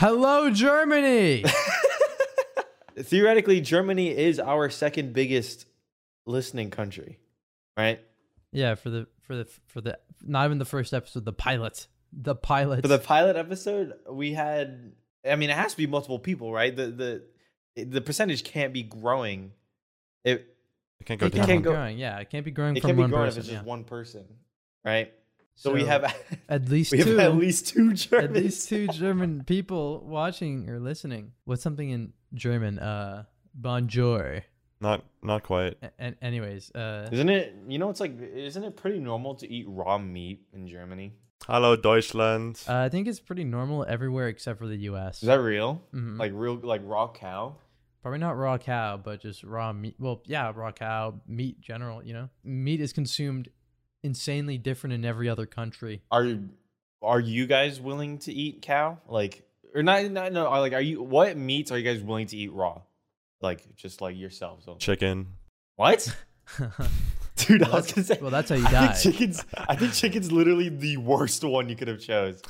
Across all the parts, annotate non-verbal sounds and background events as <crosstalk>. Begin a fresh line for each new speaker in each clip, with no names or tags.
Hello, Germany. <laughs>
Theoretically, Germany is our second biggest listening country, right?
yeah, for the for the for the not even the first episode, the pilot, the pilot.
For the pilot episode, we had I mean, it has to be multiple people, right? The the the percentage can't be growing. It
It can't go
It
it can't
down.
be
go-
growing. Yeah, it can't be growing
it
from
can't be
one
growing
person.
if it's just
yeah.
one person, right? So, we
So,
have <laughs>
at least
we have
two.
<laughs> at least two Germans.
at least two German people watching or listening. What's something in German? Uh, bonjour.
Not not quite.
A- and anyways, uh,
Isn't it? You know, it's like isn't it pretty normal to eat raw meat in Germany?
Hello, Deutschland.
uh, I think it's pretty normal everywhere except for the U.S.
Is that real?
Mhm.
Like real, like raw cow?
Probably not raw cow, but just raw meat. Well, yeah, raw cow, meat general, you know? Meat is consumed insanely different in every other country. <laughs>
Are are you guys willing to eat cow? Like or not? Not no. Like are you? What meats are you guys willing to eat raw? Like just like yourselves. only?
Chicken.
What? <laughs> Dude, I was gonna say.
well, that's how you
I
die.
think chickens. I think chicken's literally the worst one you could have chose.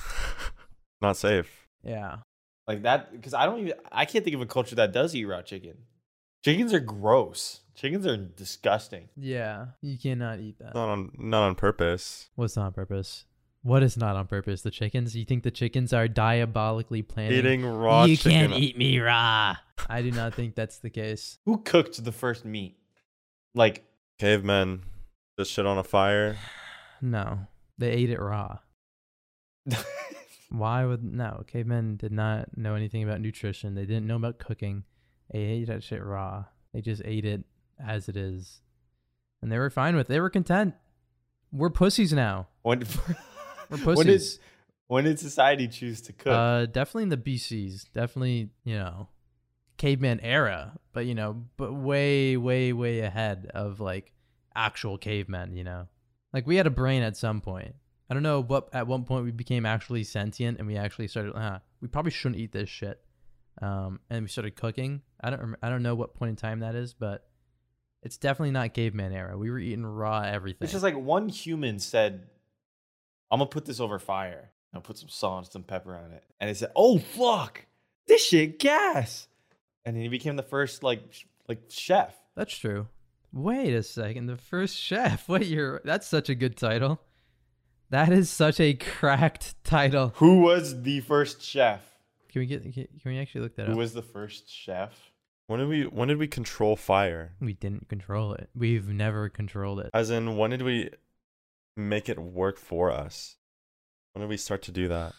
Not safe.
yeah.
Like that, because I don't even. I can't think of a culture that does eat raw chicken. Chickens are gross. Chickens are disgusting.
Yeah. You cannot eat that.
Not on not on purpose.
What's not on purpose? What is not on purpose? The chickens? You think the chickens are diabolically planning?
Eating raw
you
chicken.
can't eat me raw. I do not think that's the case.
Who cooked the first meat? Like <laughs>
Cavemen. Just shit on a fire.
No. They ate it raw. Why would no? Cavemen did not know anything about nutrition. They didn't know about cooking. They ate that shit raw. They just ate it as it is, and they were fine with. it. They were content. We're pussies now.
when <laughs>
We're
when did
pussies.
when did society choose to cook?
Uh, definitely in the BCs. Definitely, you know, caveman era. But you know, but way, way, way ahead of like actual cavemen. You know, like we had a brain at some point. I don't know what at one point we became actually sentient and we actually started. Huh, we probably shouldn't eat this shit. Um, and we started cooking. I don't. rem- I don't know what point in time that is, but it's definitely not caveman era. We were eating raw everything.
it's just like one human said, "I'm gonna put this over fire. I'll put some salt and some pepper on it." And they said, "Oh fuck, this shit gas!" And then he became the first like sh- like chef.
That's true. Wait a second. The first chef. <laughs> What you're that's such a good title. That is such a cracked title.
Who was the first chef?
Can we get can, can we actually look that
Who
up?
was the first chef?
When did we when did we control fire?
we didn't control it. We've never controlled it. <laughs>
As in when did we make it work for us? When did we start to do that?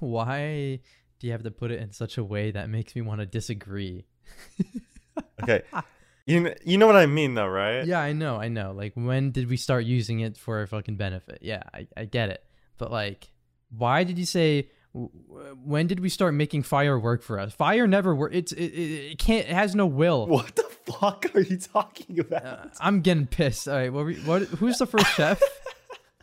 Why do you have to put it in such a way that makes me want to disagree? <laughs>
Okay. you kn- you know what I mean though,
<laughs>
right?
Yeah, I know, I know. Like, when did we start using it for a fucking benefit? Yeah, I, I get it. But, like, why did you say, w- w- when did we start making fire work for us? Fire never work. It's, it, it, it can't, it has no will.
<laughs> What the fuck are you talking about?
Uh, I'm getting pissed. All right, what, were, what who's the first
<laughs>
chef?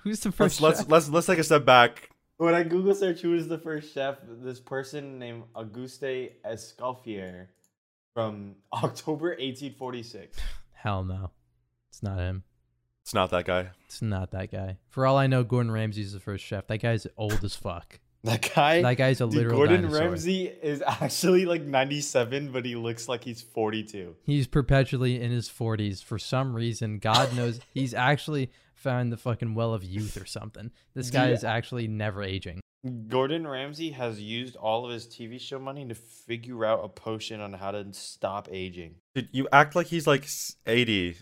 Who's the 1st
Let's
chef?
let's let's let's take a step back.
When I Google search who was the first chef, this person named Auguste Escoffier from <laughs> October 1846.
Hell no. It's not him.
It's not that guy.
It's not that guy. For all I know, Gordon Ramsay's the first chef. That guy's old as fuck.
That guy,
That guy's a
dude,
literal
Gordon
dinosaur.
Ramsay is <laughs> actually like 97, but he looks like he's 42.
He's perpetually in his 40s for some reason. God knows he's actually found the fucking well of youth or something. This guy
Dude.
is actually never aging.
Gordon Ramsay has used all of his TV show money to figure out a potion on how to stop aging.
Dude, you act like he's like s- 80.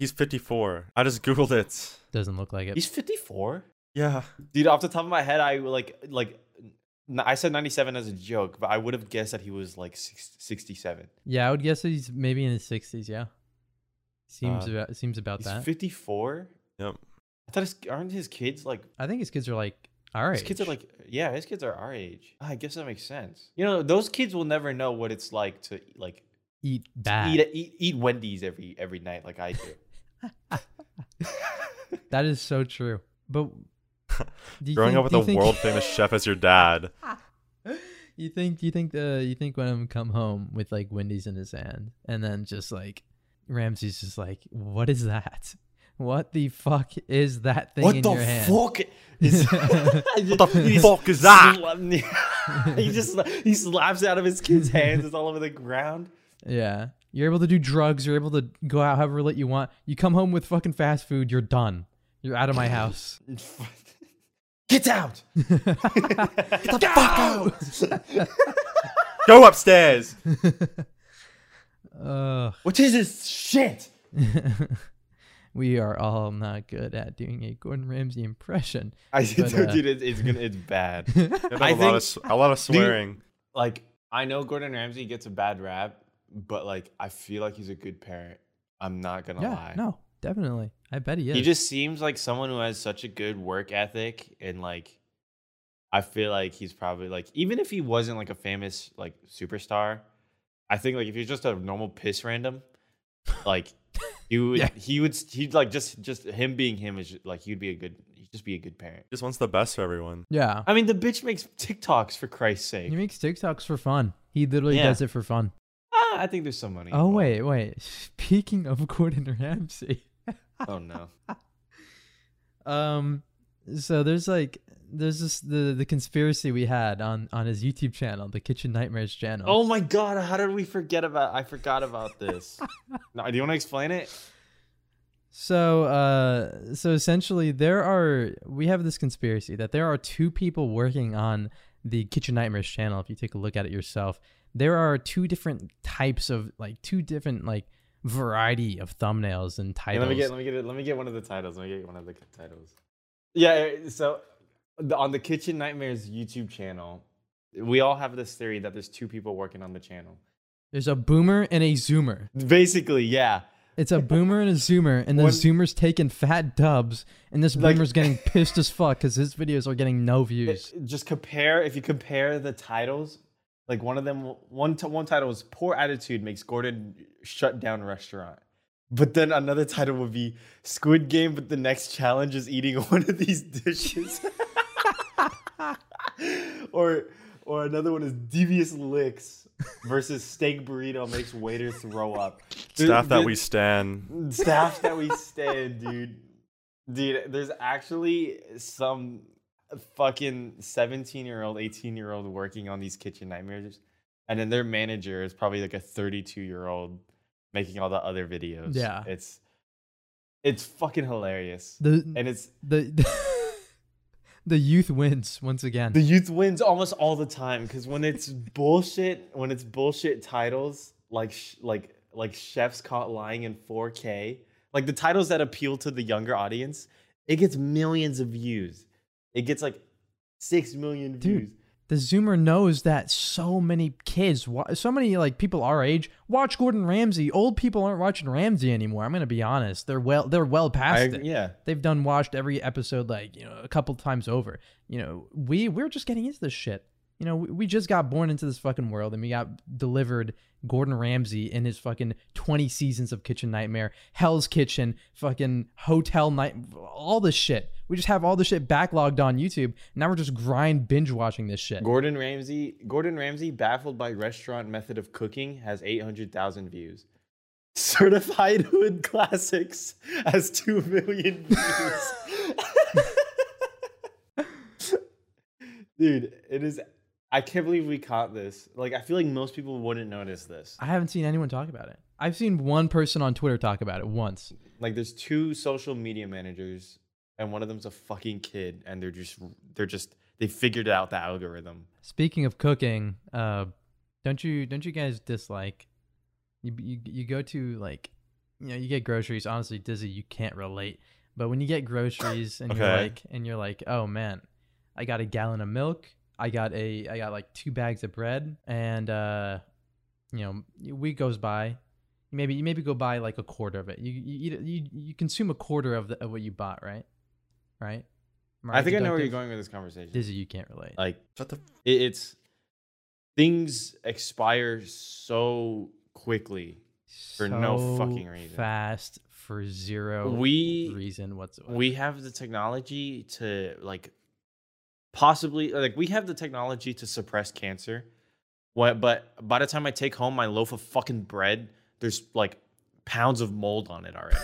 He's 54. I just googled it.
Doesn't look like it.
He's 54?
Yeah.
Dude, off the top of my head, I like like n- I said 97 as a joke, but I would have guessed that he was like six- 67.
yeah, I would guess he's maybe in his 60s. Yeah, seems
Uh,
about seems about
He's
that.
54.
Yep.
I thought his, aren't his kids like
I think his kids are like all right.
his kids are like yeah his kids are our age. Ah, I guess that makes sense. You know those kids will never know what it's like to like
eat bad.
eat, eat eat Wendy's every every night like I <laughs> do.
That is so true. But do you
Growing
think-
up with
do
a
you think-
world famous chef as your dad.
You think you think the you think when I'm come home with like Wendy's in his hand and then just like Ramsey's just like, what is that? What the fuck is that thing
what
in
the
your hand?
<laughs> fuck is <laughs>
What <laughs> the fuck is that?
he just he slaps it out of his <laughs> kid's hands. It's all over the ground.
Yeah. You're able to do drugs. You're able to go out however late you want. You come home with fucking fast food. You're done. You're out of my
<laughs>
house.
Get <laughs> out! Get the fuck out!
<laughs>
Go upstairs.
Ugh.
what is this shit?
we are all not good at doing a Gordon Ramsay impression. <laughs>
I
But, uh,
dude, it's, it's gonna it's bad.
There's
I
a, lot
think-
of, s- a lot of swearing.
<laughs> like I know Gordon Ramsay gets a bad rap, but like I feel like he's a good parent. I'm not gonna
yeah.
lie.
No, definitely. I bet he is.
He just seems like someone who has such a good work ethic and like I feel like he's probably like even if he wasn't like a famous like superstar, I think like if he's just a normal piss random, like
<laughs>
he would
Yeah.
he would he'd like just just him being him is like he'd be a good he'd just be a good parent.
Just wants the best for everyone.
yeah.
I mean the bitch makes TikToks for Christ's sake.
He makes TikToks for fun. He literally
Yeah.
does it for fun.
ah, I think there's some money.
Oh
involved.
wait, wait. <laughs> Speaking of Gordon Ramsay, <laughs>
Oh no.
um, so there's like there's this the the conspiracy we had on on his YouTube channel, the Kitchen Nightmares channel.
Oh my god, how did we forget about I forgot
<laughs>
about this. no, do you want to explain it?
So, uh, so essentially, there are we have this conspiracy that there are two people working on the Kitchen Nightmares channel. If you take a look at it yourself, there are two different types of like two different like variety of thumbnails and
Hey,
titles.
let me get let me get it. Let me get one of the titles. Let me get one of the titles. Yeah, eh, so the, on the Kitchen Nightmares YouTube channel, we all have this theory that there's two people working on the channel.
There's a boomer and a zoomer.
Basically, yeah.
It's a boomer and a zoomer, and the
One-
zoomer's taking fat dubs, and this
Like-
boomer's getting pissed as fuck because his videos are getting no views.
Just compare if you compare the titles, like one of them one t- one title was poor attitude makes Gordon shut down restaurant. But then another title would be Squid Game, but the next challenge is eating <laughs> one of these dishes. <laughs> or or another one is devious licks versus steak burrito makes waiter throw up. Dude,
Staff that
dude,
we stand.
staff that we stand, dude. Dude, there's actually some fucking 17 year old, 18 year old working on these kitchen nightmares. And then their manager is probably like a 32 year old making all the other videos.
Yeah.
It's it's fucking hilarious.
The
And it's <laughs>
the <laughs> the youth wins once again.
the youth wins almost all the time because when it's bullshit, when it's bullshit titles like sh- like like chefs caught lying in 4K, like the titles that appeal to the younger audience, it gets millions of views. It gets like six million
Dude.
views.
the zoomer knows that so many kids wa- so many like people our age watch gordon ramsay old people aren't watching ramsay anymore i'm gonna be honest they're well they're well past
I-
it
yeah,
they've done watched every episode like you know a couple times over you know we we're just getting into this shit you know we, we just got born into this fucking world and we got delivered gordon ramsay in his fucking 20 seasons of kitchen nightmare hell's kitchen fucking hotel night all this shit we just have all this shit backlogged on youtube now we're just grind binge watching this shit
Gordon Ramsay. Gordon Ramsay baffled by restaurant method of cooking has eight hundred thousand views. <laughs> Certified Hood Classics has two million views. Dude, it is. I can't believe we caught this. Like, I feel like most people wouldn't notice this.
i haven't seen anyone talk about it i've seen one person on twitter talk about it once
Like, there's two social media managers, and one of them's a fucking kid, and they're just, they're just, they figured out the algorithm.
Speaking of cooking, uh, don't you don't you guys dislike? You, you you go to like, you know, you get groceries. Honestly, Dizzy, you can't relate. But when you get groceries and you're
Okay.
like, and you're like, oh man, I got a gallon of milk. I got a I got like two bags of bread, and uh, you know, a week goes by. Maybe you maybe go buy like a quarter of it. You you eat, you you consume a quarter of, the, of what you bought, right? Right. Am
I
right
think I know where you're
deductive?
going with this conversation.
Dizzy, you can't relate.
Like,
Shut the.
it, it's things expire so quickly. for no fucking reason.
Fast for zero
We-
reason whatsoever.
We have the technology to like possibly like we have the technology to suppress cancer. What but by the time I take home my loaf of fucking bread, there's like pounds of mold on it already.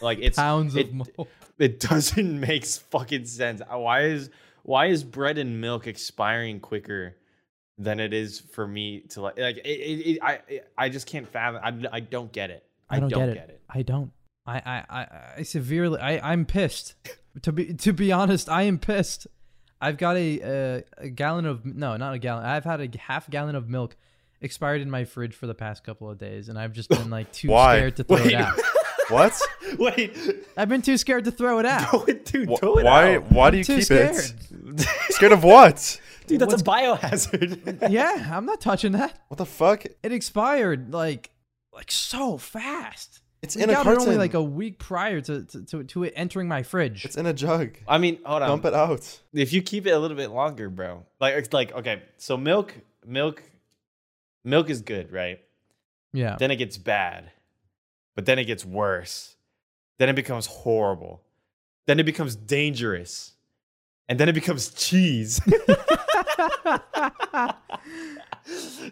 Like it's
pounds
it-
of
<laughs>
mold.
it doesn't make fucking sense. Uh, Why is why is bread and milk expiring quicker than it is for me to like like it, it, it, I it, I just can't fathom. I, I don't get it. I, don't, get, it.
I don't. I I I, I severely. I I'm pissed. to be to be honest, I am pissed. I've got a, a a gallon of no, not a gallon. I've had a half gallon of milk expired in my fridge for the past couple of days, and I've just been like
<laughs>
too
Why?
scared to throw
Wait.
it out.
<laughs> <laughs> What?
<laughs> Wait,
I've been too scared to
<laughs>
throw it out.
throw it, dude,
Wh-
throw it
why?
out. <laughs>
Why do
I'm
you
too
keep
scared.
it? Scared of what?
dude,
what's-
that's a biohazard. <laughs>
yeah, I'm not touching that.
<laughs> What the fuck?
It expired like like so fast.
It's
We
in a
got it
carton.
only like a week prior to to, to, to it entering my fridge.
It's in a jug.
I mean, hold on.
Dump it out.
if you keep it a little bit longer, bro. Like it's like okay, so milk, milk, milk is good, right?
yeah.
Then it gets bad. But then it gets worse. Then it becomes horrible. Then it becomes dangerous. And then it becomes cheese. <laughs>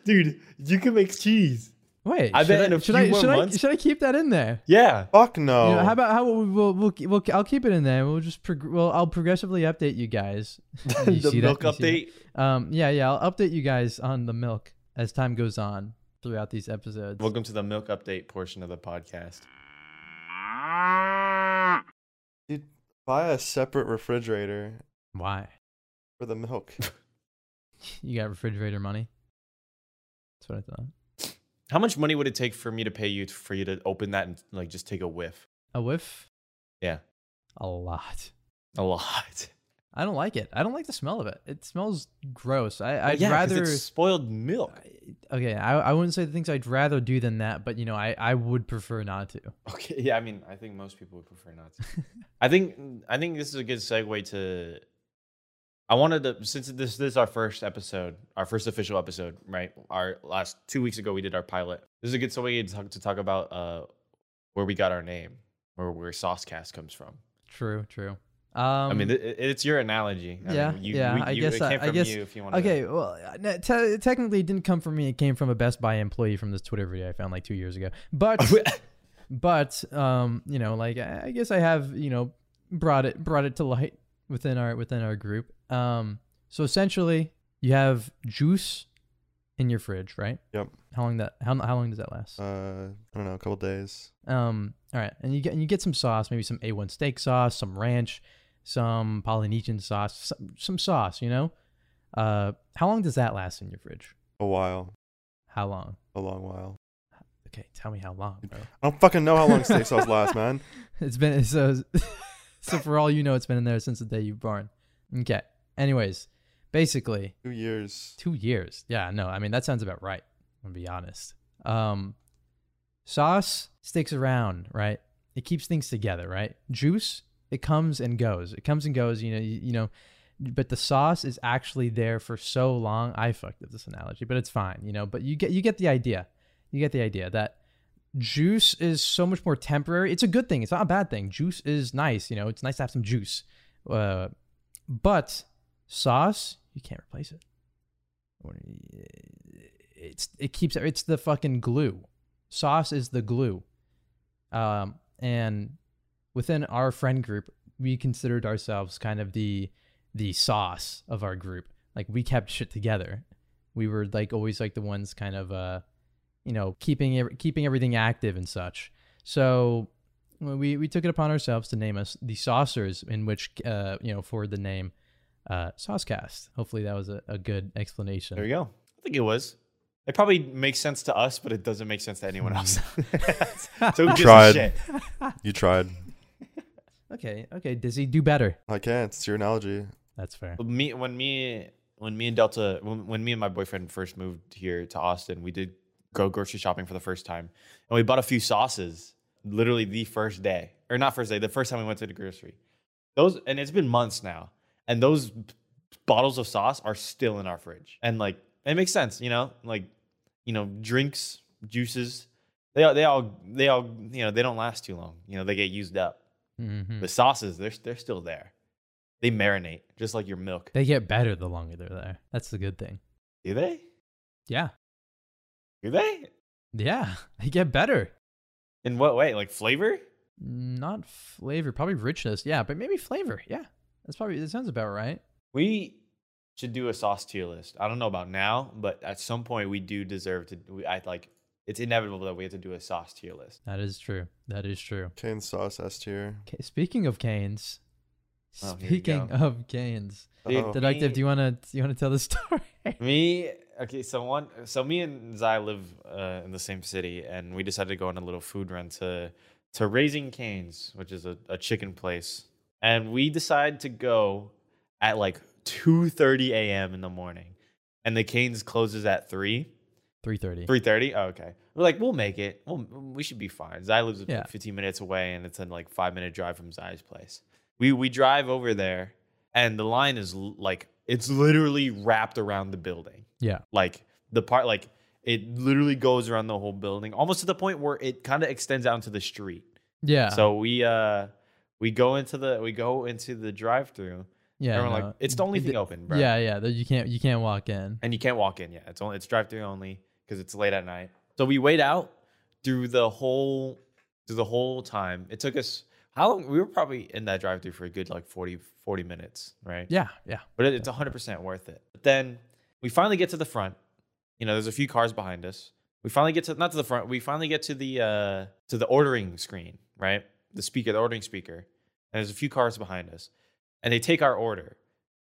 Dude, you can make cheese.
Wait,
I
should
bet in a
should
few
I,
more
should I-
months- Oh.
should I keep that in there?
Yeah.
Fuck no.
You know, how about how we'll, we'll, we'll, we'll I'll keep it in there. We'll just prog- well I'll progressively update you
<laughs>
guys. You
the
see that?
milk
You see
update.
that? Um, yeah, yeah. I'll update you guys on the milk as time goes on throughout these episodes.
Welcome to the milk update portion of the podcast.
Dude, buy a separate refrigerator
Why? <laughs>
for the milk.
You got refrigerator money? That's what I thought.
How much money would it take for me to pay you t- for you to open that and like just take a whiff?
A whiff?
Yeah.
A lot.
A lot.
I don't like it. I don't like the smell of it. It smells gross. I, I'd
Yeah, 'cause
rather.
it's spoiled milk.
Okay, I, I wouldn't say the things I'd rather do than that, but you know, I, I would prefer not to.
Okay, yeah, I mean, I think most people would prefer not to. I think I think this is a good segue to I wanted to since this this is our first episode, our first official episode, right? Our last 2 weeks ago we did our pilot. This is a good segue to talk, to talk about uh where we got our name, where where Saucecast comes from.
True, true. Um,
I mean, it, it- it's your analogy. I
yeah,
mean, you,
yeah,
we-
I
you-
guess
it
I-
came
I
from
guess-
you if you want
okay, well, uh, no, te- technically, it didn't come from me. It came from a Best Buy employee from this Twitter video I found like two years ago. But,
<laughs>
but, um, you know, like I I guess I have, you know, brought it brought it to light within our within our group. Um, so essentially, you have juice in your fridge, right?
Yep.
How long that? How, how long does that last?
Uh, I don't know, a couple days.
Um, all right, and you get and you get some sauce, maybe some A1 steak sauce, some ranch, some Polynesian sauce, some, some sauce. You know, uh, how long does that last in your fridge?
A while.
How long?
A long while.
Okay, tell me how long, bro. <laughs>
I don't fucking know how long steak sauce lasts, man.
It's been so <laughs> so for all you know, it's been in there since the day you were born. Okay. Anyways, basically,
Two years.
Two years. Yeah, no, I mean that sounds about right. I'm gonna be honest. Um, sauce sticks around, right? It keeps things together, right? Juice, it comes and goes. It comes and goes. You know, you, you know, but the sauce is actually there for so long. I fucked up this analogy, but it's fine. You know, but you get you get the idea. You get the idea that juice is so much more temporary. It's a good thing. It's not a bad thing. Juice is nice. You know, it's nice to have some juice. Uh, but sauce, you can't replace it it's it keeps it's the fucking glue. Sauce is the glue. Um, and within our friend group, we considered ourselves kind of the the sauce of our group. Like we kept shit together. We were like always like the ones kind of uh, you know, keeping ev- keeping everything active and such. So we we took it upon ourselves to name us the saucers, in which uh, you know, for the name uh, Saucecast. Hopefully that was a, a good explanation. <laughs>
<laughs> There you go. I think it was. It probably makes sense to us, but it doesn't make sense to anyone else.
Mm. <laughs>
<laughs> so who gives a
Tried.
shit?
You tried.
Okay, okay, Dizzy, do better.
I can't. It's your analogy.
That's fair.
But me when me when me and Delta when, when me and my boyfriend first moved here to Austin, we did go grocery shopping for the first time, and we bought a few sauces. Literally the first day, or not first day, the first time we went to the grocery. Those and it's been months now, and those b- bottles of sauce are still in our fridge. And like it makes sense, you know, like you know drinks, juices. They all, they all they all you know they don't last too long. You know they get used up.
Mhm.
The sauces they're they're still there. They marinate just like your milk.
They get better the longer they're there. That's the good thing.
Do they?
Yeah,
Do they?
yeah, <laughs> they get better.
In what way? Like flavor?
Not flavor, probably richness. Yeah, but maybe flavor. Yeah, that's probably that sounds about right.
We should do a sauce tier list. I don't know about now, but at some point we do deserve to. We, I like it's inevitable that we have to do a sauce tier list.
That is true. That is true.
Cane sauce S tier.
Okay, speaking of canes,
Oh, here you
speaking
go.
of canes,
Dude,
Uh-oh.
the-
detective, do you wanna do you wanna tell the <laughs> story?
Me, okay, so one, so me and Zai live uh, in the same city, and we decided to go on a little food run to to Raising Canes, which is a, a chicken place, and we decided to go at like two thirty a.m. in the morning, and the Canes closes at three.
Three thirty.
Three thirty. Oh, okay. We're like, we'll make it. We'll, we should be fine. Zai lives
Yeah.
like fifteen minutes away, and it's in like five minute drive from Zai's place. We we drive over there, and the line is l- like it's literally wrapped around the building.
Yeah.
Like the part, like it literally goes around the whole building, almost to the point where it kind of extends out into the street.
Yeah.
So we uh we go into the we go into the drive through.
yeah.
everyone
no.
like it's the only
Th-
thing open, bro.
Yeah, yeah. That you can't you can't walk in.
And you can't walk in yet. It's only it's drive through only because it's late at night. So we wait out through the whole through the whole time. It took us how long we were probably in that drive through for a good like 40 40 minutes, right?
Yeah, yeah.
But it, it's 100% worth it. But then we finally get to the front. You know, there's a few cars behind us. We finally get to not to the front. We finally get to the uh to the ordering screen, right? The speaker, the ordering speaker. And there's a few cars behind us. And they take our order.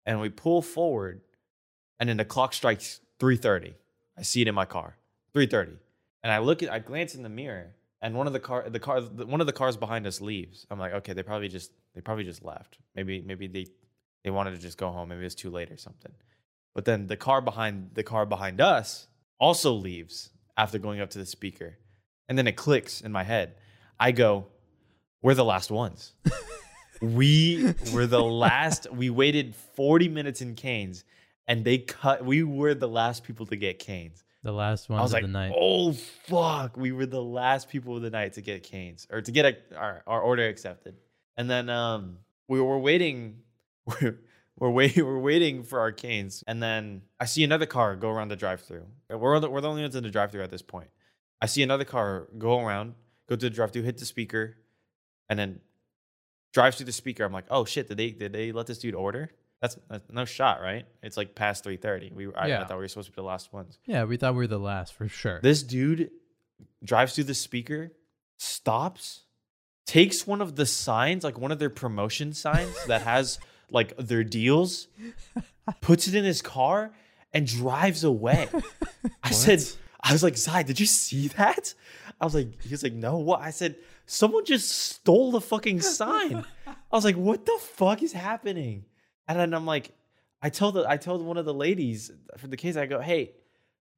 And we pull forward and then the clock strikes 3:30. I see it in my car. 3:30. And I look at I glance in the mirror and one of the car the car the, one of the cars behind us leaves. I'm like, "Okay, they probably just they probably just left. Maybe maybe they they wanted to just go home. Maybe it's too late or something. But then the car behind the car behind us also leaves after going up to the speaker. And then it clicks in my head. I go, We're the last ones. we were the last. We waited 40 minutes in Canes and they cut we were the last people to get Canes.
The last
I
ones
was
of
like,
the night.
oh fuck, we were the last people of the night to get canes or to get a, our our order accepted. And then um, we were waiting, <laughs> we're, we're waiting, <laughs> we're waiting for our canes. And then I see another car go around the drive-through. And We're the, we're the only ones in the drive-through at this point. I see another car go around, go to the drive-through, hit the speaker, and then drives through the speaker. I'm like, oh shit, did they did they let this dude order? That's, that's no shot, right? It's like past three thirty. We I, I
Yeah.
thought we were supposed to be the last ones.
Yeah, we thought we were the last for sure. <laughs>
This <laughs> dude drives through the speaker, stops, takes one of the signs, like one of their promotion signs that has like their deals, puts it in his car, and drives away. I said,
What?
I was like, Zai, did you see that? I was like, he was like, no, what? I said, someone just stole the fucking sign. I was like, what the fuck is happening? And then I'm like, I tell the I told one of the ladies for the case, I go, hey,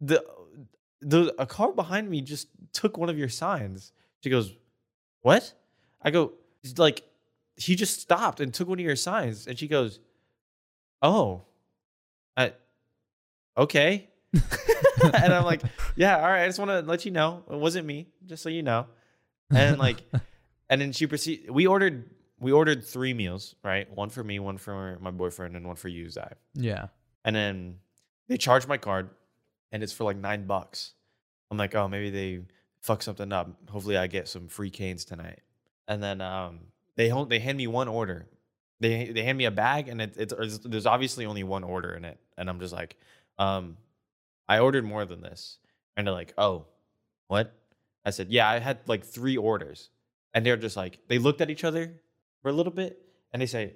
the the a car behind me just took one of your signs. She goes, What? I go, "It's like, he just stopped and took one of your signs. And she goes, Oh. I, okay. <laughs> and I'm like, Yeah, all right, I just wanna let you know. It wasn't me, just so you know. And like and then she proceed we ordered we ordered three meals, right? One for me, one for my boyfriend, and one for you, Zai
yeah.
and then they charge my card and it's for like nine bucks i'm like oh maybe they fuck something up hopefully i get some free canes tonight and then um they hon- they hand me one order they they hand me a bag and it, it's it's- there's obviously only one order in it and i'm just like um i ordered more than this and they're like oh what i said yeah i had like three orders and they're just like they looked at each other for a little bit and they say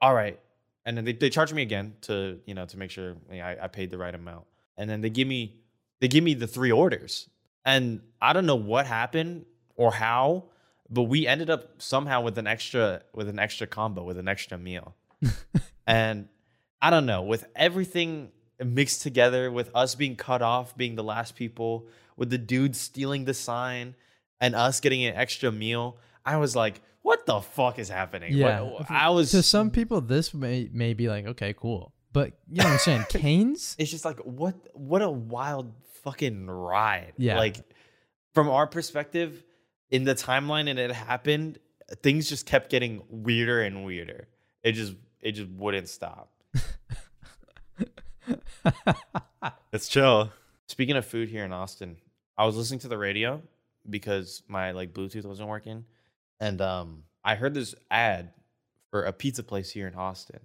all right and then they, they charged me again to you know to make sure you know, I, I paid the right amount and then they give me they give me the three orders and i don't know what happened or how but we ended up somehow with an extra with an extra combo with an extra
<laughs>
meal and i don't know with everything mixed together with us being cut off being the last people with the dude stealing the sign and us getting an extra meal i was like what the fuck is happening
Yeah.
What- i was
to some people this may may be like, okay, cool. But you know what I'm
<laughs>
saying? Canes? <laughs>
it's just like what what a wild fucking ride
Yeah.
like from our perspective in the timeline and it happened things just kept getting weirder and weirder it just it just wouldn't stop
It's chill.
speaking of food here in austin i was listening to the radio because my like bluetooth wasn't working And um, I heard this ad for a pizza place here in Austin,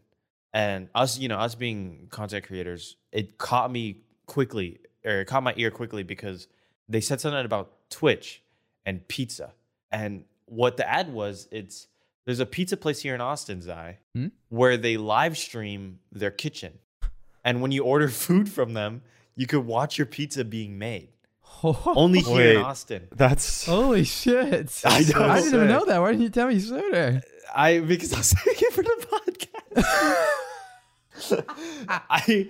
and us, you know, us being content creators, it caught me quickly, or it caught my ear quickly because they said something about Twitch and pizza, and what the ad was, it's there's a pizza place here in Austin, Zai,
Hmm?
where they live stream their kitchen, and when you order <laughs> food from them, you could watch your pizza being made. Only here
Wait.
in Austin.
That's
Holy shit!
<laughs> I know.
I didn't even
Sick.
know that. Why didn't you tell me
<laughs>
sooner?
I because I was looking for the podcast. <laughs> I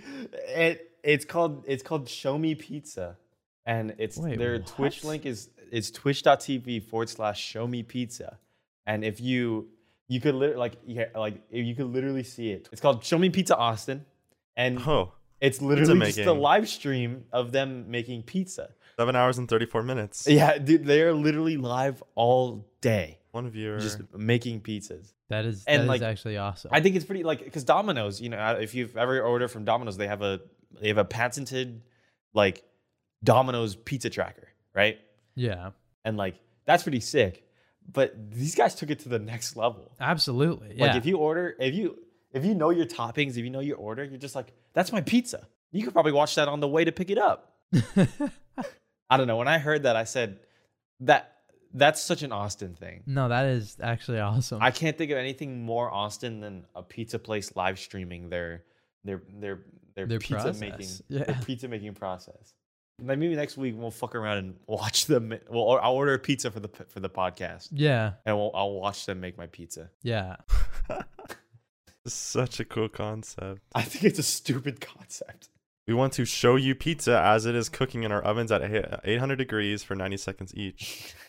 it it's called it's called Show Me Pizza. And it's
Wait,
their
what?
Twitch link is is twitch.tv forward slash show me pizza. And if you you could literally like yeah, like you could literally see it. It's called Show Me Pizza Austin. And
oh,
it's literally just a
making.
live stream of them making pizza.
seven hours and thirty-four minutes.
Yeah, dude, they are literally live all day
One viewer.
just making pizzas.
That is
And,
that is
like,
actually awesome.
I think it's pretty like because Domino's, you know, uh, if you've ever ordered from Domino's, they have a they have a patented like Domino's pizza tracker, right?
yeah,
And like that's pretty sick. But these guys took it to the next level.
absolutely. Yeah.
Like if you order, if you if you know your toppings, if you know your order, you're just like, that's my pizza. You could probably watch that on the way to pick it up. I don't know. When I heard that, I said that that's such an Austin thing.
no, that is actually awesome.
I can't think of anything more Austin than a pizza place live streaming their their their their,
Their
pizza
process, <laughs>
making their
yeah.
pizza making process. Like, Maybe next week we'll fuck around and watch them. ma- Well, or I'll order a pizza for the p- for the podcast,
yeah,
and we'll, I'll watch them make my pizza.
yeah.
Such a cool concept.
I think it's a stupid <laughs> concept.
We want to show you pizza as it is cooking in our ovens at eight- 800 degrees for 90 seconds each. <laughs>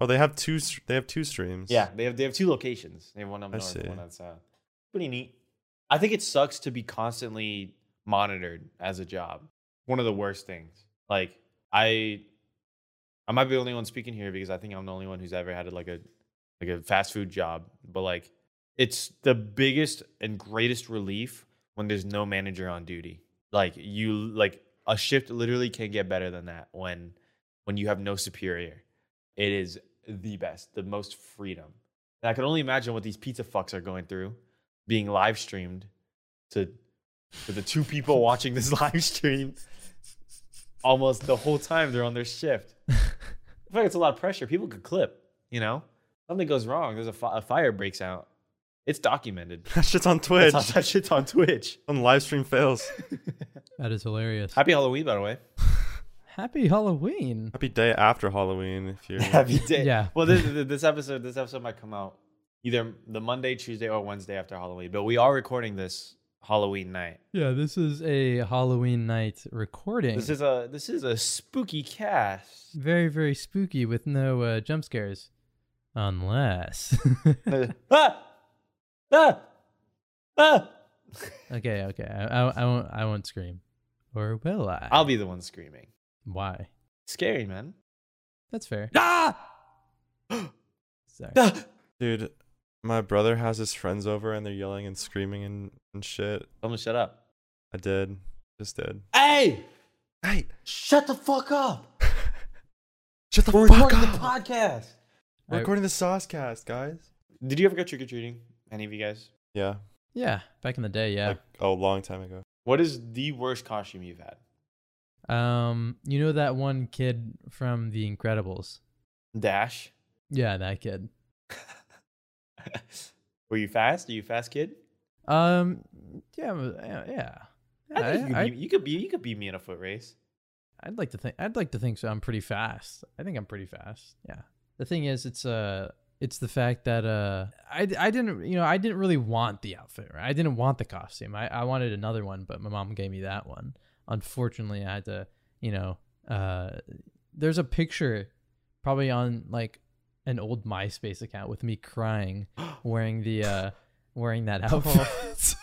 Oh, they have two. str- They have two streams.
Yeah, they have they have two locations. They have one up
I
north, and one
see.
out south. uh, Pretty neat. I think it sucks to be constantly monitored as a job. One of the worst things. Like I, I might be the only one speaking here because I think I'm the only one who's ever had like a like a fast food job. But like, it's the biggest and greatest relief when there's no manager on duty. Like you, like a shift literally can't get better than that when when you have no superior. It is the best, the most freedom. And I can only imagine what these pizza fucks are going through being live streamed to to the two people watching this live stream almost the whole time they're on their shift. I feel like it's a lot of pressure. People could clip, you know? Something goes wrong, there's a, fi- a fire breaks out. It's documented.
<laughs> that shit's on
That's
Twitch.
how that shit's on Twitch.
When live stream fails.
That is hilarious.
Happy Halloween, by the way.
Happy Halloween.
Happy day after Halloween. If you're <laughs>
Happy day.
Yeah.
Well, this this episode this episode might come out either the Monday, Tuesday, or Wednesday after Halloween. But we are recording this Halloween night.
Yeah, this is a Halloween night recording.
This is a this is a spooky cast.
very very spooky with no uh, jump scares,
<laughs>
unless.
<laughs> ah! Ah! Ah!
okay, okay. I, I, I won't. I won't scream, or will I?
I'll be the one screaming.
Why?
Scary, man.
That's fair.
Ah!
Sorry.
Ah!
dude, my brother has his friends over and they're yelling and screaming and, and shit.
Tell him to shut up.
I did. Just did.
Hey!
Hey,
Shut the fuck up!
shut the
We're
fuck
recording
up.
the podcast.
We're recording the Saucecast, guys.
Did you ever go trick or treating? Any of you guys?
Yeah.
Yeah, back in the day. Yeah.
Like a long time ago. <laughs>
What is the worst costume you've had?
Um, you know that one kid from The Incredibles?
<laughs> Dash.
Yeah, that kid.
Were you fast? Are you a fast kid?
Um, yeah, m- yeah, yeah.
I think you,
I,
could be, you could be you could beat me in a foot race.
would like to think. I'd like to think so. I'm pretty fast. I think I'm pretty fast. Yeah. The thing is, it's uh, it's the fact that uh, I, d- I didn't you know I didn't really want the outfit. Right? I didn't want the costume. I I wanted another one, but my mom gave me that one. Unfortunately, I had to you know uh, there's a picture probably on like an old MySpace account with me crying wearing the uh wearing that outfit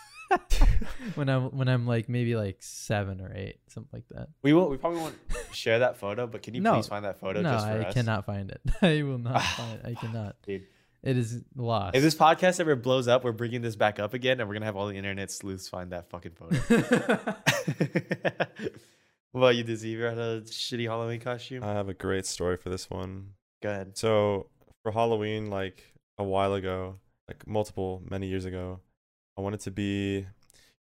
<laughs> when I'm when I'm like maybe like seven or eight something like that.
We won't. We probably <laughs> won't share that photo. But can you
No.
please find that photo?
no,
just for
I
us?
cannot find it. <laughs> I will
<laughs>
not find it. I cannot.
Dude.
It is lost.
If this podcast ever blows up, we're bringing this back up again, and we're gonna have all the internet sleuths find that fucking photo. <laughs> what about Uh, you, Dizzy? You ever had a shitty Halloween costume?
I have a great story for this one.
Go ahead.
So for Halloween like a while ago, like multiple many years ago. I wanted to be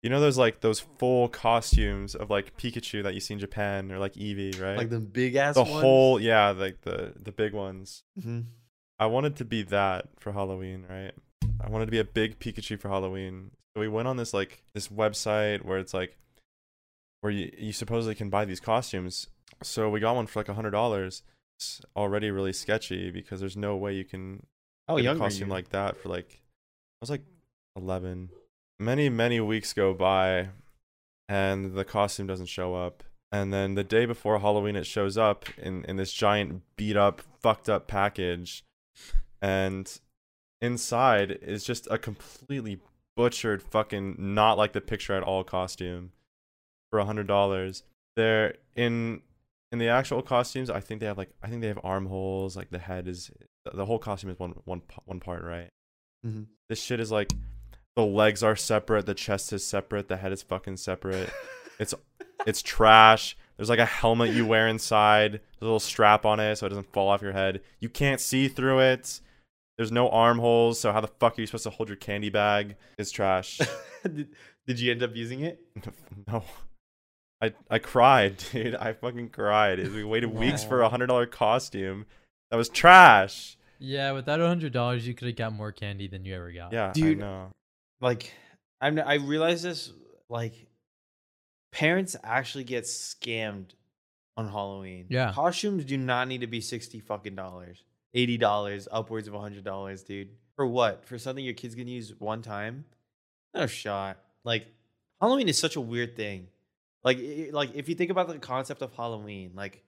you know those like those full costumes of like Pikachu that you see in Japan or like Eevee, right?
Like the big ass.
the whole yeah, like the the big ones.
hmm
I wanted to be that for Halloween, right? I wanted to be a big Pikachu for Halloween. So we went on this like this website where it's like where you, you supposedly can buy these costumes. So we got one for like a hundred dollars. It's already really sketchy because there's no way you can
Oh,
get a
younger
costume
you.
like that for like I was like eleven. Many, many weeks go by and the costume doesn't show up. And then the day before Halloween it shows up in, in this giant beat up, fucked up package. And inside is just a completely butchered fucking not like the picture at all costume for a hundred dollars. They're in in the actual costumes, I think they have like I think they have armholes, like the head is the whole costume is one one p- one part, right?
Mhm.
This shit is like the legs are separate, the chest is separate, the head is fucking separate.
<laughs>
it's it's trash. There's like a helmet you wear inside, there's a little strap on it so it doesn't fall off your head. You can't see through it. There's no armholes, so how the fuck are you supposed to hold your candy bag? It's
<laughs>
trash.
<laughs>
<laughs>
did, did you end up using it?
no. I I cried, <laughs> dude. I fucking cried. We waited weeks for
Aw.
a hundred dollar costume that was trash.
Yeah, with that hundred dollars, you could have got more candy than you ever got.
Yeah,
Dude,
I know.
Like, I'm. I realize this. Like, parents actually get scammed on Halloween.
Yeah.
Costumes do not need to be sixty fucking dollars, eighty dollars, upwards of hundred dollars, dude. For what? For something your kid's gonna use one time? No shot. Like, Halloween is such a weird thing. Like, i- i- like if you think about the concept of Halloween, like,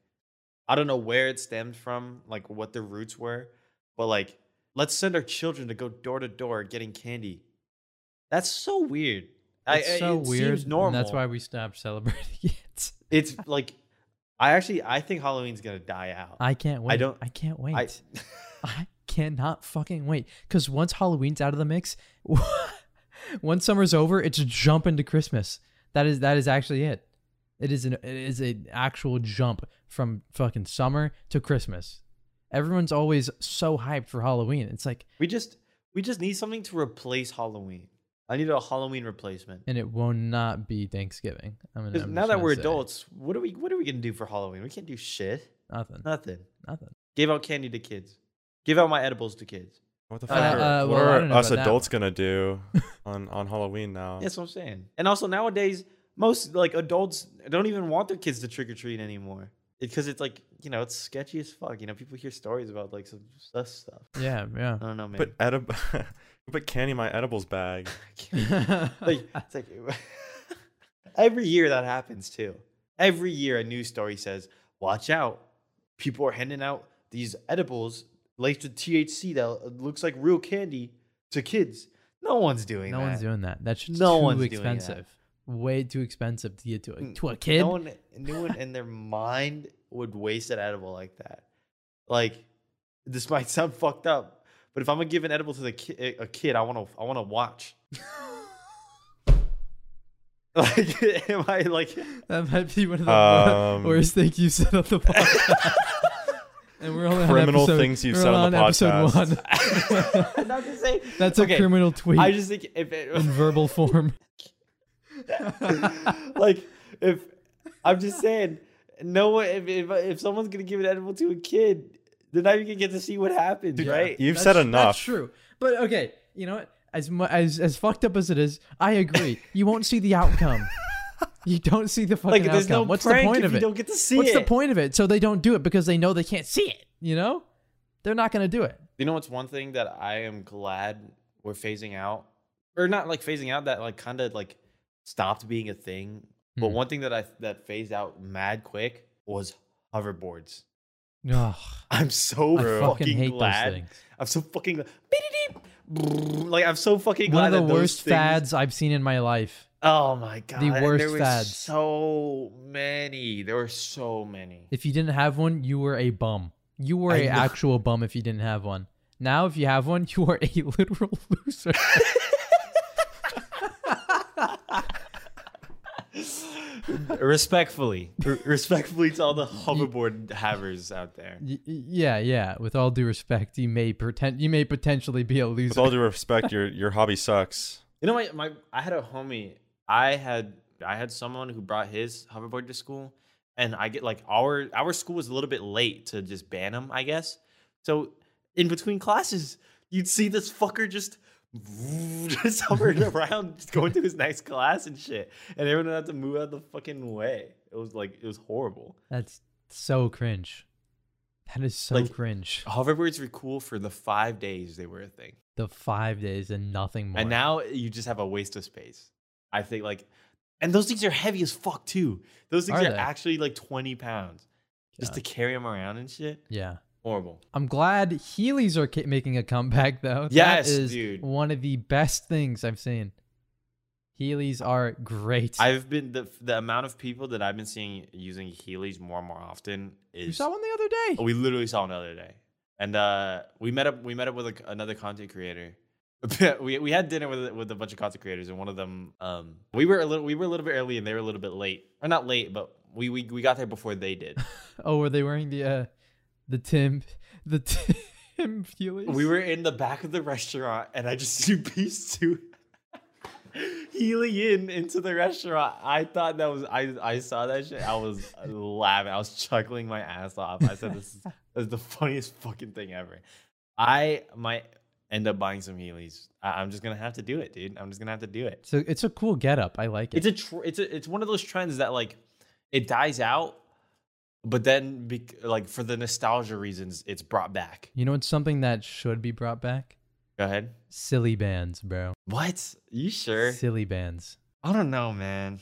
I don't know where it stemmed from, like what the roots were, but like, let's send our children to go door to door getting candy. That's so weird. I-
It's
I-
so
it
weird.
Seems normal.
And that's why we stopped celebrating it.
It's like I actually I think Halloween's gonna die out.
I can't wait.
don't-
I can't wait.
I-
I, cannot fucking wait. Because once Halloween's out of the mix, <laughs> once summer's over, it's a jump into Christmas. That is that is actually it. It is an it is an actual jump from fucking summer to Christmas. Everyone's always so hyped for Halloween. It's like,
<laughs> we just we just need something to replace Halloween. I need a Halloween replacement.
and it will not be Thanksgiving. I mean,
'Cause
I'm
now
just
that
gonna
we're
say
adults, what are we what are we gonna do for Halloween? We can't do shit.
nothing,
Nothing.
nothing.
Give out candy to kids. Give out my edibles to kids.
What the
Uh,
fuck? are,
uh,
what
well, I
are
don't know
us
about that
adults
one.
gonna do <laughs> on on Halloween now?
That's what I'm saying. And also nowadays, most like adults don't even want their kids to trick or treat anymore. Because it's like, you know, it's sketchy as fuck. You know, people hear stories about like some sus stuff.
Yeah, yeah.
I don't know, man.
Put <laughs> edib- put candy in my edibles <laughs> bag.
<laughs> <laughs> like it's like every year that happens too. Every year a news story says, "Watch out! People are handing out these edibles laced with THC that looks like real candy to kids." No one's doing
no
that.
one's doing that. That's
No
too
one's doing that.
expensive. Way too expensive to get to a,
Mm,
to a kid.
No one, no one in their mind would waste an edible like that. Like, this might sound fucked up, but if I'm gonna give an edible to the ki- a kid, I want to, I want to <laughs> watch. Like, <laughs> am I like?
That might be one of the wor-
Um,
worst things you've said on the
<laughs>
podcast. and we're only
Criminal
on episode,
things you've
we're
said on
only
the
episode
<laughs>
one.
Not to say
<laughs> That's
Okay,
a criminal tweet
I just think if it,
in verbal form.
<laughs> like if I'm just saying, no one if, if if someone's gonna give an edible to a kid, they're not even gonna get to see what happens, right?
You've
That's-
said
That's
enough.
true. But okay, you know what? As, mu- as as fucked up as it is, I agree. You won't see the
<laughs>
outcome. You don't see the fucking
Like
outcome.
there's no
What's the
prank
point
if
of
you
it?
don't get to see
What's
it.
the point of it? So they don't do it because they know they can't see it. You know, they're not gonna do it.
You know what's one thing that I am glad we're phasing out, or not like phasing out that like kind of like stopped being a thing. But
Hmm.
one thing that I that phased out mad quick was hoverboards. <laughs>
Ugh,
I'm so
I fucking, hate
glad.
those things.
I'm so fucking gl- beep, beep, beep. like I'm so fucking glad
One of the
that those
worst
things-
fads I've seen in my life.
Oh my god! and there
worst
were
fads.
So many. There were so many.
If you didn't have one, you were a bum. You were
I
a
know.
actual bum if you didn't have one. Now, if you have one, you are <laughs> a literal loser. <laughs>
respectfully, r- respectfully
<laughs>
to all the hoverboard havers out there.
Y- y- yeah, yeah. With all due respect, you may pretend you may potentially be a
With
loser.
all due respect, your your hobby sucks.
You know, my, my I had a homie. I had I had someone who brought his hoverboard to school, and I get like our our school was a little bit late to just ban them, I guess. So in between classes, you'd see this fucker just. <laughs> Just <laughs> hovering around, just going to his next class and shit, and everyone would have to move out the fucking way. It was like it was horrible.
That's so cringe. That is so
Like-
cringe.
Hoverboards were cool for the five days they were a thing.
The five days and nothing more.
And now you just have a waste of space. I think like, and those things are heavy as fuck too. Those things
Are
are,
they?
actually like twenty pounds just to carry them around and shit.
yeah.
Horrible.
I'm glad Heelys are ca- making a comeback though.
Yes,
that is
dude.
one of the best things I've seen. Heelys are great.
I've been the the amount of people that I've been seeing using Heelys more and more often is.
you saw one the other day.
We literally saw another day, and uh, we met up. We met up with a, another content creator. <laughs> we, we had dinner with with a bunch of content creators, and one of them, um, we were a little we were a little bit early, and they were a little bit late, or not late, but we we, we got there before they did.
Oh, were they wearing the uh, the Tim <laughs> the Tim Heelys?
We were in the back of the restaurant, and I just <laughs> see Beast two healing in into the restaurant. I thought that was I. I saw that shit. I was laughing. I was chuckling my ass off. I said, "This is, this is the funniest fucking thing ever." I might end up buying some Heelys. I, I'm just gonna have to do it, dude. I'm just gonna have to do it.
<laughs> So it's a cool getup. I like it.
It's a tr- it's a, it's one of those trends that like it dies out, but then bec- like for the nostalgia reasons, it's brought back.
you know, it's something that should be brought back.
Go ahead.
Silly bands, bro.
What? You sure?
Silly bands.
I don't know, man.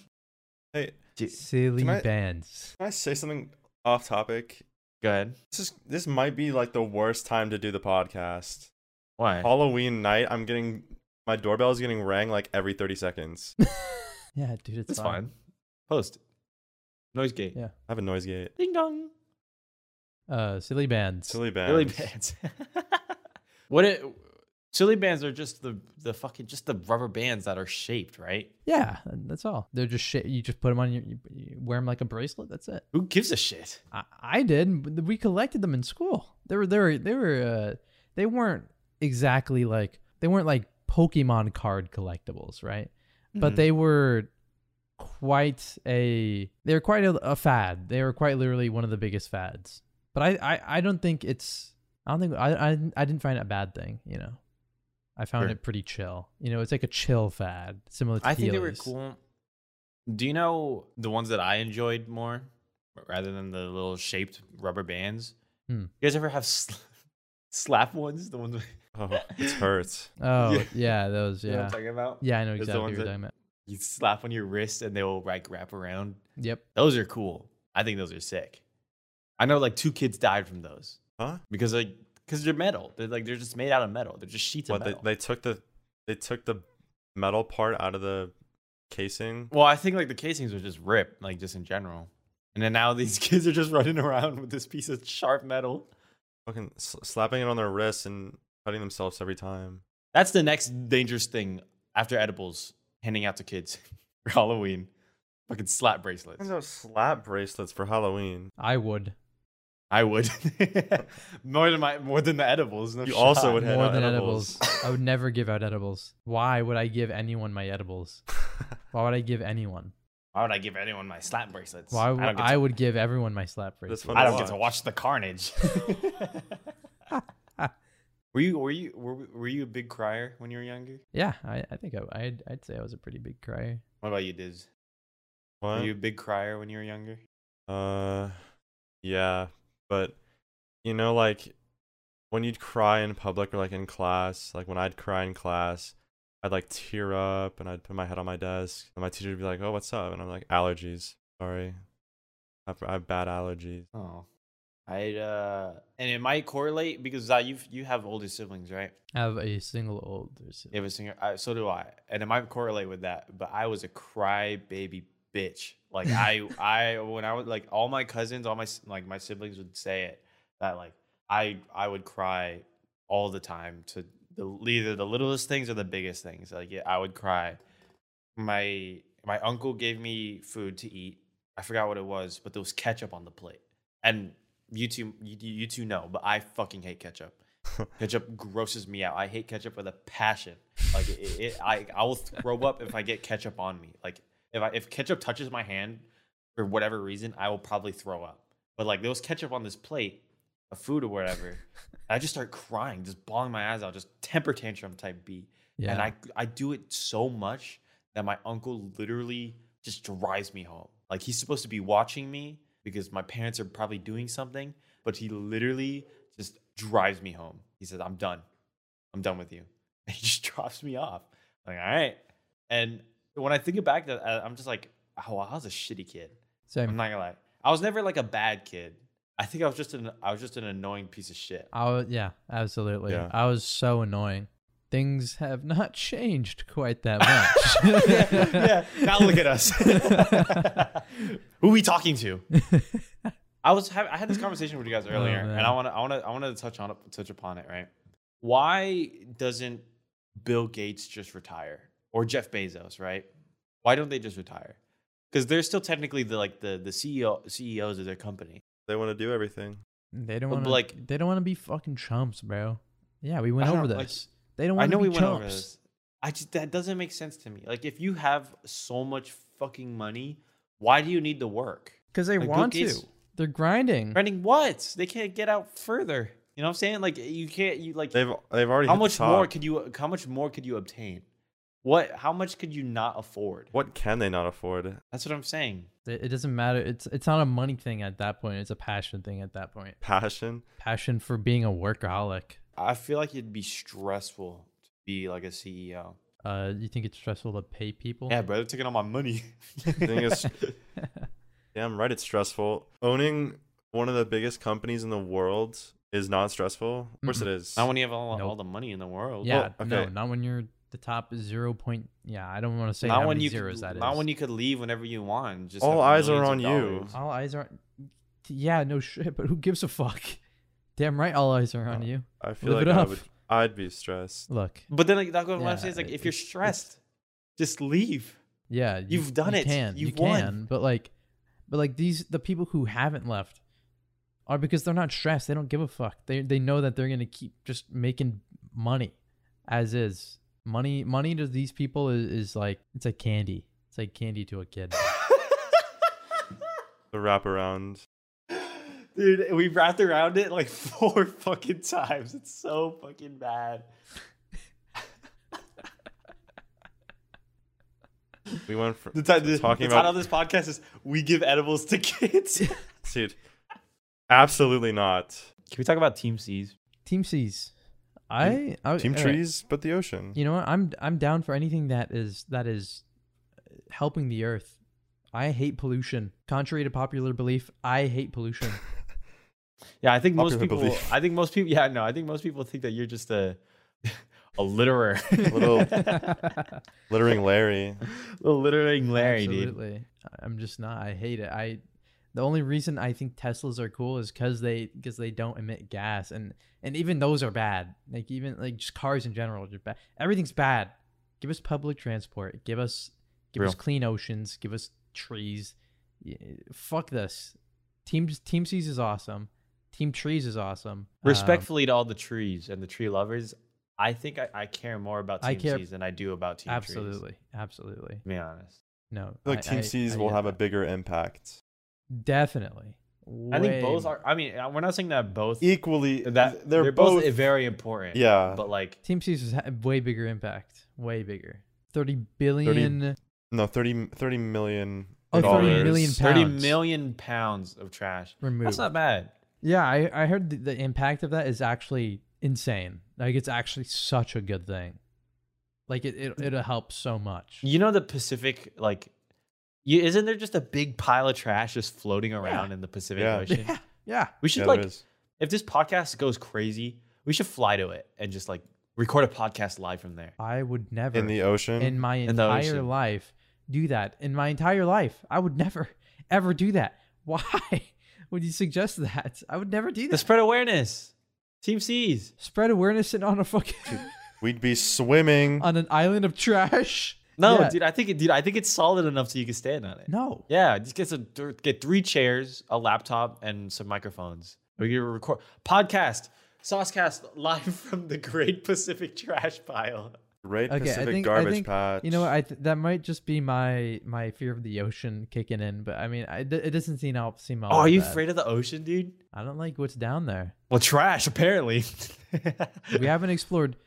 Hey,
Dude,
Silly
Can I-
bands.
can I say something off topic?
go ahead.
This is this might be like the worst time to do the podcast.
Why?
Halloween night, I'm getting my doorbell is getting rang like every 30 <laughs> seconds. I
Yeah, dude, it's,
It's fine. Post. Noise gate.
Yeah.
have a noise gate.
Ding dong.
Uh, silly bands.
Silly band.
Silly bands. <laughs> what it silly bands are just the the fucking just the rubber bands that are shaped, right?
Yeah, that's all. They're just shit. You just put them on your, you, you wear them like a bracelet. That's it.
Who gives a shit?
I, I did. but We collected them in school. They were, they were, they were, uh, they weren't exactly like, they weren't like Pokemon card collectibles, right? But
Mhm.
they were quite a, they were quite a, a fad. They were quite literally one of the biggest fads. But I, I, I don't think it's, I don't think, I, I, I didn't find it a bad thing, you know? I found
Sure.
it pretty chill. You know, it's like a chill fad, similar to
I think they were
Heelys.
cool. Do you know the ones that I enjoyed more rather than the little shaped rubber bands?
Hmm.
You guys ever have sl- <laughs> slap ones? The ones <laughs>
Oh, it hurts. <laughs>
Oh yeah,
Yeah.
those
you know what
yeah.
I'm talking about?
Yeah, I know
It's the
exactly what
ones
you're
that-
talking about.
you slap on your wrist and they'll like wrap around.
Yep.
Those are cool. I think those are sick. I know like two kids died from those
Huh?
because like because they're metal. They're like they're just made out of metal. They're just sheets
What
of
they,
metal.
they took the they took the metal part out of the casing.
well, I think like the casings were just ripped, like just in general. And then now <laughs> these kids are just running around with this piece of sharp metal.
Fucking s- slapping it on their wrists and cutting themselves every time.
That's the next dangerous thing after edibles handing out to kids <laughs> for Halloween. Fucking slap bracelets.
Hands out slap bracelets for Halloween.
I would.
I would <laughs> more than my more than the edibles. No
You also
shot.
would hand
More
out
than edibles.
edibles.
I would never give out edibles. Why would I give anyone my
<laughs>
edibles? Why would I give anyone?
Why would I give anyone my slap bracelets?
Why would
I don't get
I,
to,
would give everyone my slap
That's
bracelet?
fun
I
to
don't get to watch the <laughs> carnage. were you were you were, were you a big crier when you were younger?
Yeah, I, I think I, I'd I'd say I was a pretty big crier.
What about you, Diz?
<laughs> What?
Were you a big crier when you were younger?
Uh, yeah, but you know, like when you'd cry in public or like in class, like when I'd cry in class, I'd like tear up and I'd put my head on my desk, and my teacher would be like, "Oh, what's up?" And I'm like, "Allergies, sorry, I have, I have bad allergies."
Oh, I uh, and it might correlate because uh, you you have older siblings, right?
I have a single older
You
sibling.
have a singer. I, so do I, and it might correlate with that. But I was a crybaby bitch. Like I, I when I was like all my cousins, all my s- like my siblings would say it that like I I would cry all the time to the either the littlest things or the biggest things. Like yeah, I would cry. My my uncle gave me food to eat. I forgot what it was, but there was ketchup on the plate. And you two, you, you two know, but I fucking hate ketchup. ketchup grosses me out. I hate ketchup with a passion. Like it, it, it- I, I will throw up if I get ketchup on me. Like if I, if ketchup touches my hand for whatever reason, I will probably throw up. But like there was ketchup on this plate of food or whatever. I just start crying, just bawling my eyes out, just temper tantrum type beat.
Yeah.
And I I do it so much that my uncle literally just drives me home. Like he's supposed to be watching me because my parents are probably doing something, but he literally just drives me home. He says, "I'm done. I'm done with you." <laughs> And he just drops me off. I'm like, all right. And when I think back, to that, I'm just like, oh, I was a shitty kid. I'm
Same.
not gonna lie. I was never like a bad kid. I think I was just an I was just an annoying piece of shit.
I was, yeah, absolutely.
Yeah.
I was so annoying. Things have not <laughs> changed quite
<laughs>
that much.
yeah. Now look at us. <laughs> Who we talking to? I was hav- I had this conversation with you guys earlier,
Oh, man.
and I want to I want to I wanted to touch on touch upon it. Right? Why doesn't Bill Gates just retire or Jeff Bezos? Right? Why don't they just retire? Because they're still technically the like the E the CEO CEOs of their company.
They want to do everything.
<laughs> They don't
But,
want
like-
like they don't want to be fucking chumps, bro. Yeah, we went
I
over
don't- like,
this. they don't
I
want to
know
be
we
chumps.
went over this. I just that doesn't make sense to me. Like if you have so much fucking money, why do you need to work?
Because they
Like, Bill
want
Gates-
to. They're
Mm-hmm.
grinding.
Running what? They can't get out further. You know what I'm saying? Like you can't. You like
They've they've already.
how
hit the
much more
top.
could you? How much more could you obtain? What? How much could you not afford?
What can they not afford?
That's what I'm saying.
It, it doesn't matter. It's it's not a money thing at that point. It's a passion thing at that point.
Passion.
Passion for being a workaholic.
I feel like it'd be stressful to be like a CEO.
Uh, you think it's stressful to pay people?
Yeah, bro, they're taking all my money.
Thing is, <laughs> damn right, it's stressful. Owning one of the biggest companies in the world is not stressful. Of course, it is.
<laughs> Not when you have all, all
Nope.
the money in the world.
Yeah,
Well,
no,
okay.
not when you're the top zero point. Yeah, I don't want to say
not
how
when
many
you
zeros
could,
that is.
not when you could leave whenever you want. and Just
All
have
eyes are
millions
on
of
you.
dollars.
all eyes are. Yeah, no shit. But who gives a fuck? <laughs> Damn right, all eyes are
Oh.
on
Uh,
you.
I feel
Live
like
it
I
up.
would, I'd be stressed.
Look,
But then like, that's what I'm
Yeah,
saying is like if
it-
you're
it's-
stressed,
<laughs>
just leave.
Yeah, you-
You've done
you
it.
Can.
You've
you
won.
can, but like, but like these the people who haven't left are because they're not stressed. They don't give a fuck. They they know that they're gonna keep just making money, as is. Money money to these people is, is like it's like candy. It's like candy to a
<laughs>
kid.
The wraparound.
Dude, we wrapped around it like <laughs> four fucking times. It's so fucking bad.
We went from
The, ti- the,
Talking
the title
about-
of this podcast is "We Give Edibles to Kids." <laughs> Can
dude. Absolutely not.
we talk about Team C's?
Team C's. I, I
Team
alright.
trees, but the ocean.
You know what? I'm I'm down for anything that is that is helping the earth. I hate pollution. Contrary to popular belief, I hate
<laughs>
pollution. <laughs>
Yeah, I think most
Popular
people.
belief.
I think most people. Yeah, no, I think most people think that you're just a <laughs> a litterer,
Little
<laughs>
littering Larry.
little littering Larry, dude.
Absolutely. I- I'm just not. I hate it. I the only reason I think Teslas are cool is because they because they don't emit gas and and even those are bad. Like even like just cars in general, just bad. Everything's bad. Give us public transport. Give us give us
Real.
clean oceans. Give us trees. Y- Fuck this. Team Team Seas is awesome. Team Trees is awesome. Um,
Respectfully to all the trees and the tree lovers, I think I, I care more about
I
Team
care-
C's than I do about Team Trees.
absolutely, absolutely.
To be honest.
No,
I feel like
I-
Team
I-
C's
I
will
get
have a
that.
bigger impact.
definitely.
I
Way
think both
more.
are. I mean, uh, we're not saying that both.
Equally,
that
they're, both,
very important.
yeah.
But like,
Team Caesar's had way bigger impact, way bigger. 30 billion,
no, 30, 30 million
Oh, 30
dollars.
million
thirty
Pounds.
million pounds of trash.
removed.
That's not bad.
yeah, I, I heard the, the impact of that is actually insane. Like, it's actually such a good thing. Like, it, it, it'll help so much.
You know the Pacific, like, you, isn't there just a big pile of trash just floating around in the Pacific
Yeah.
Ocean?
<laughs>
Yeah.
We
Yeah,
should
there
like,
is.
if this podcast goes crazy, we should fly to it and just like record a podcast live from there.
I would never
in the ocean.
in my
in the
entire
ocean.
life do that. In my entire life, I would never, <laughs> ever do that. Why <laughs> would you suggest that? I would never do
To
that.
spread awareness, Team C's.
<laughs> Spread awareness and on a fucking, Uh,
We'd be swimming.
on an island of trash.
No,
Yeah.
dude, I think it, dude, I think it's solid enough so you can stand on it.
No.
Yeah, just get some th- get three chairs, a laptop, and some microphones. We can record podcast, Saucecast live <laughs> from the Great Pacific Trash Pile.
Great
Okay, I
Pacific
think- I
Garbage
think-
Patch.
You know, what, I th- that might just be my my fear of the ocean kicking in, but I mean, I, it doesn't seem all seem. all
Oh, are
that
you
bad.
afraid of the ocean, dude?
I don't like what's down there.
Well, trash apparently. <laughs>
We haven't explored.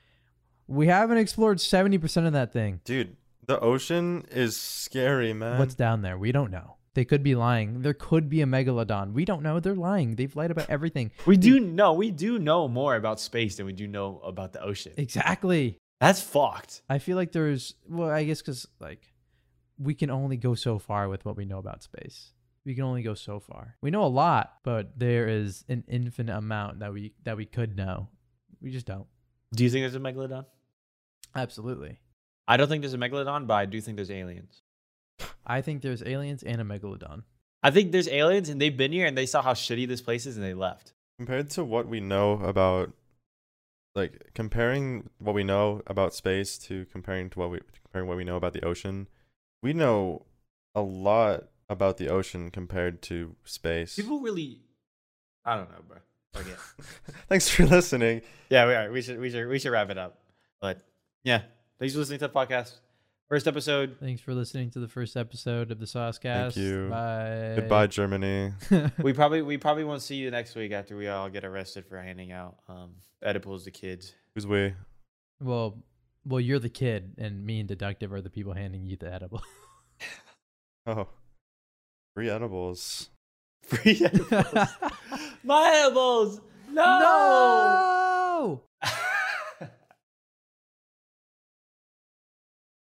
We haven't explored seventy percent of that thing.
dude, the ocean is scary, man.
What's down there? We don't know. They could be lying. There could be a megalodon. We don't know. They're lying. They've lied about everything.
we do know we do know more about space than we do know about the ocean.
Exactly.
That's fucked.
I feel like there's well, I guess because like we can only go so far with what we know about space. We can only go so far. We know a lot, but there is an infinite amount that we that we could know. We just don't.
Do you think there's a megalodon?
Absolutely.
I don't think there's a megalodon, but I do think there's aliens.
I think there's aliens and a megalodon.
I think there's aliens, and they've been here and they saw how shitty this place is and they left.
compared to what we know about like comparing what we know about space to comparing to what we comparing what we know about the ocean we know a lot about the ocean compared to space <laughs>
People really, I don't know, bro. Like, yeah.
thanks for listening
yeah, we are. We should, we should, we should wrap it up. But yeah, thanks for listening to the podcast. First episode.
Thanks for listening to the first episode of the Saucecast.
you.
Bye.
goodbye germany
<laughs>
We probably, we probably won't see you next week after we all get arrested for handing out um, edibles to kids. <laughs>
who's we
well, well, you're the kid, and me and Deductive are the people handing you the edible.
oh free edibles
<laughs>
Free edibles. My edibles. No. <laughs>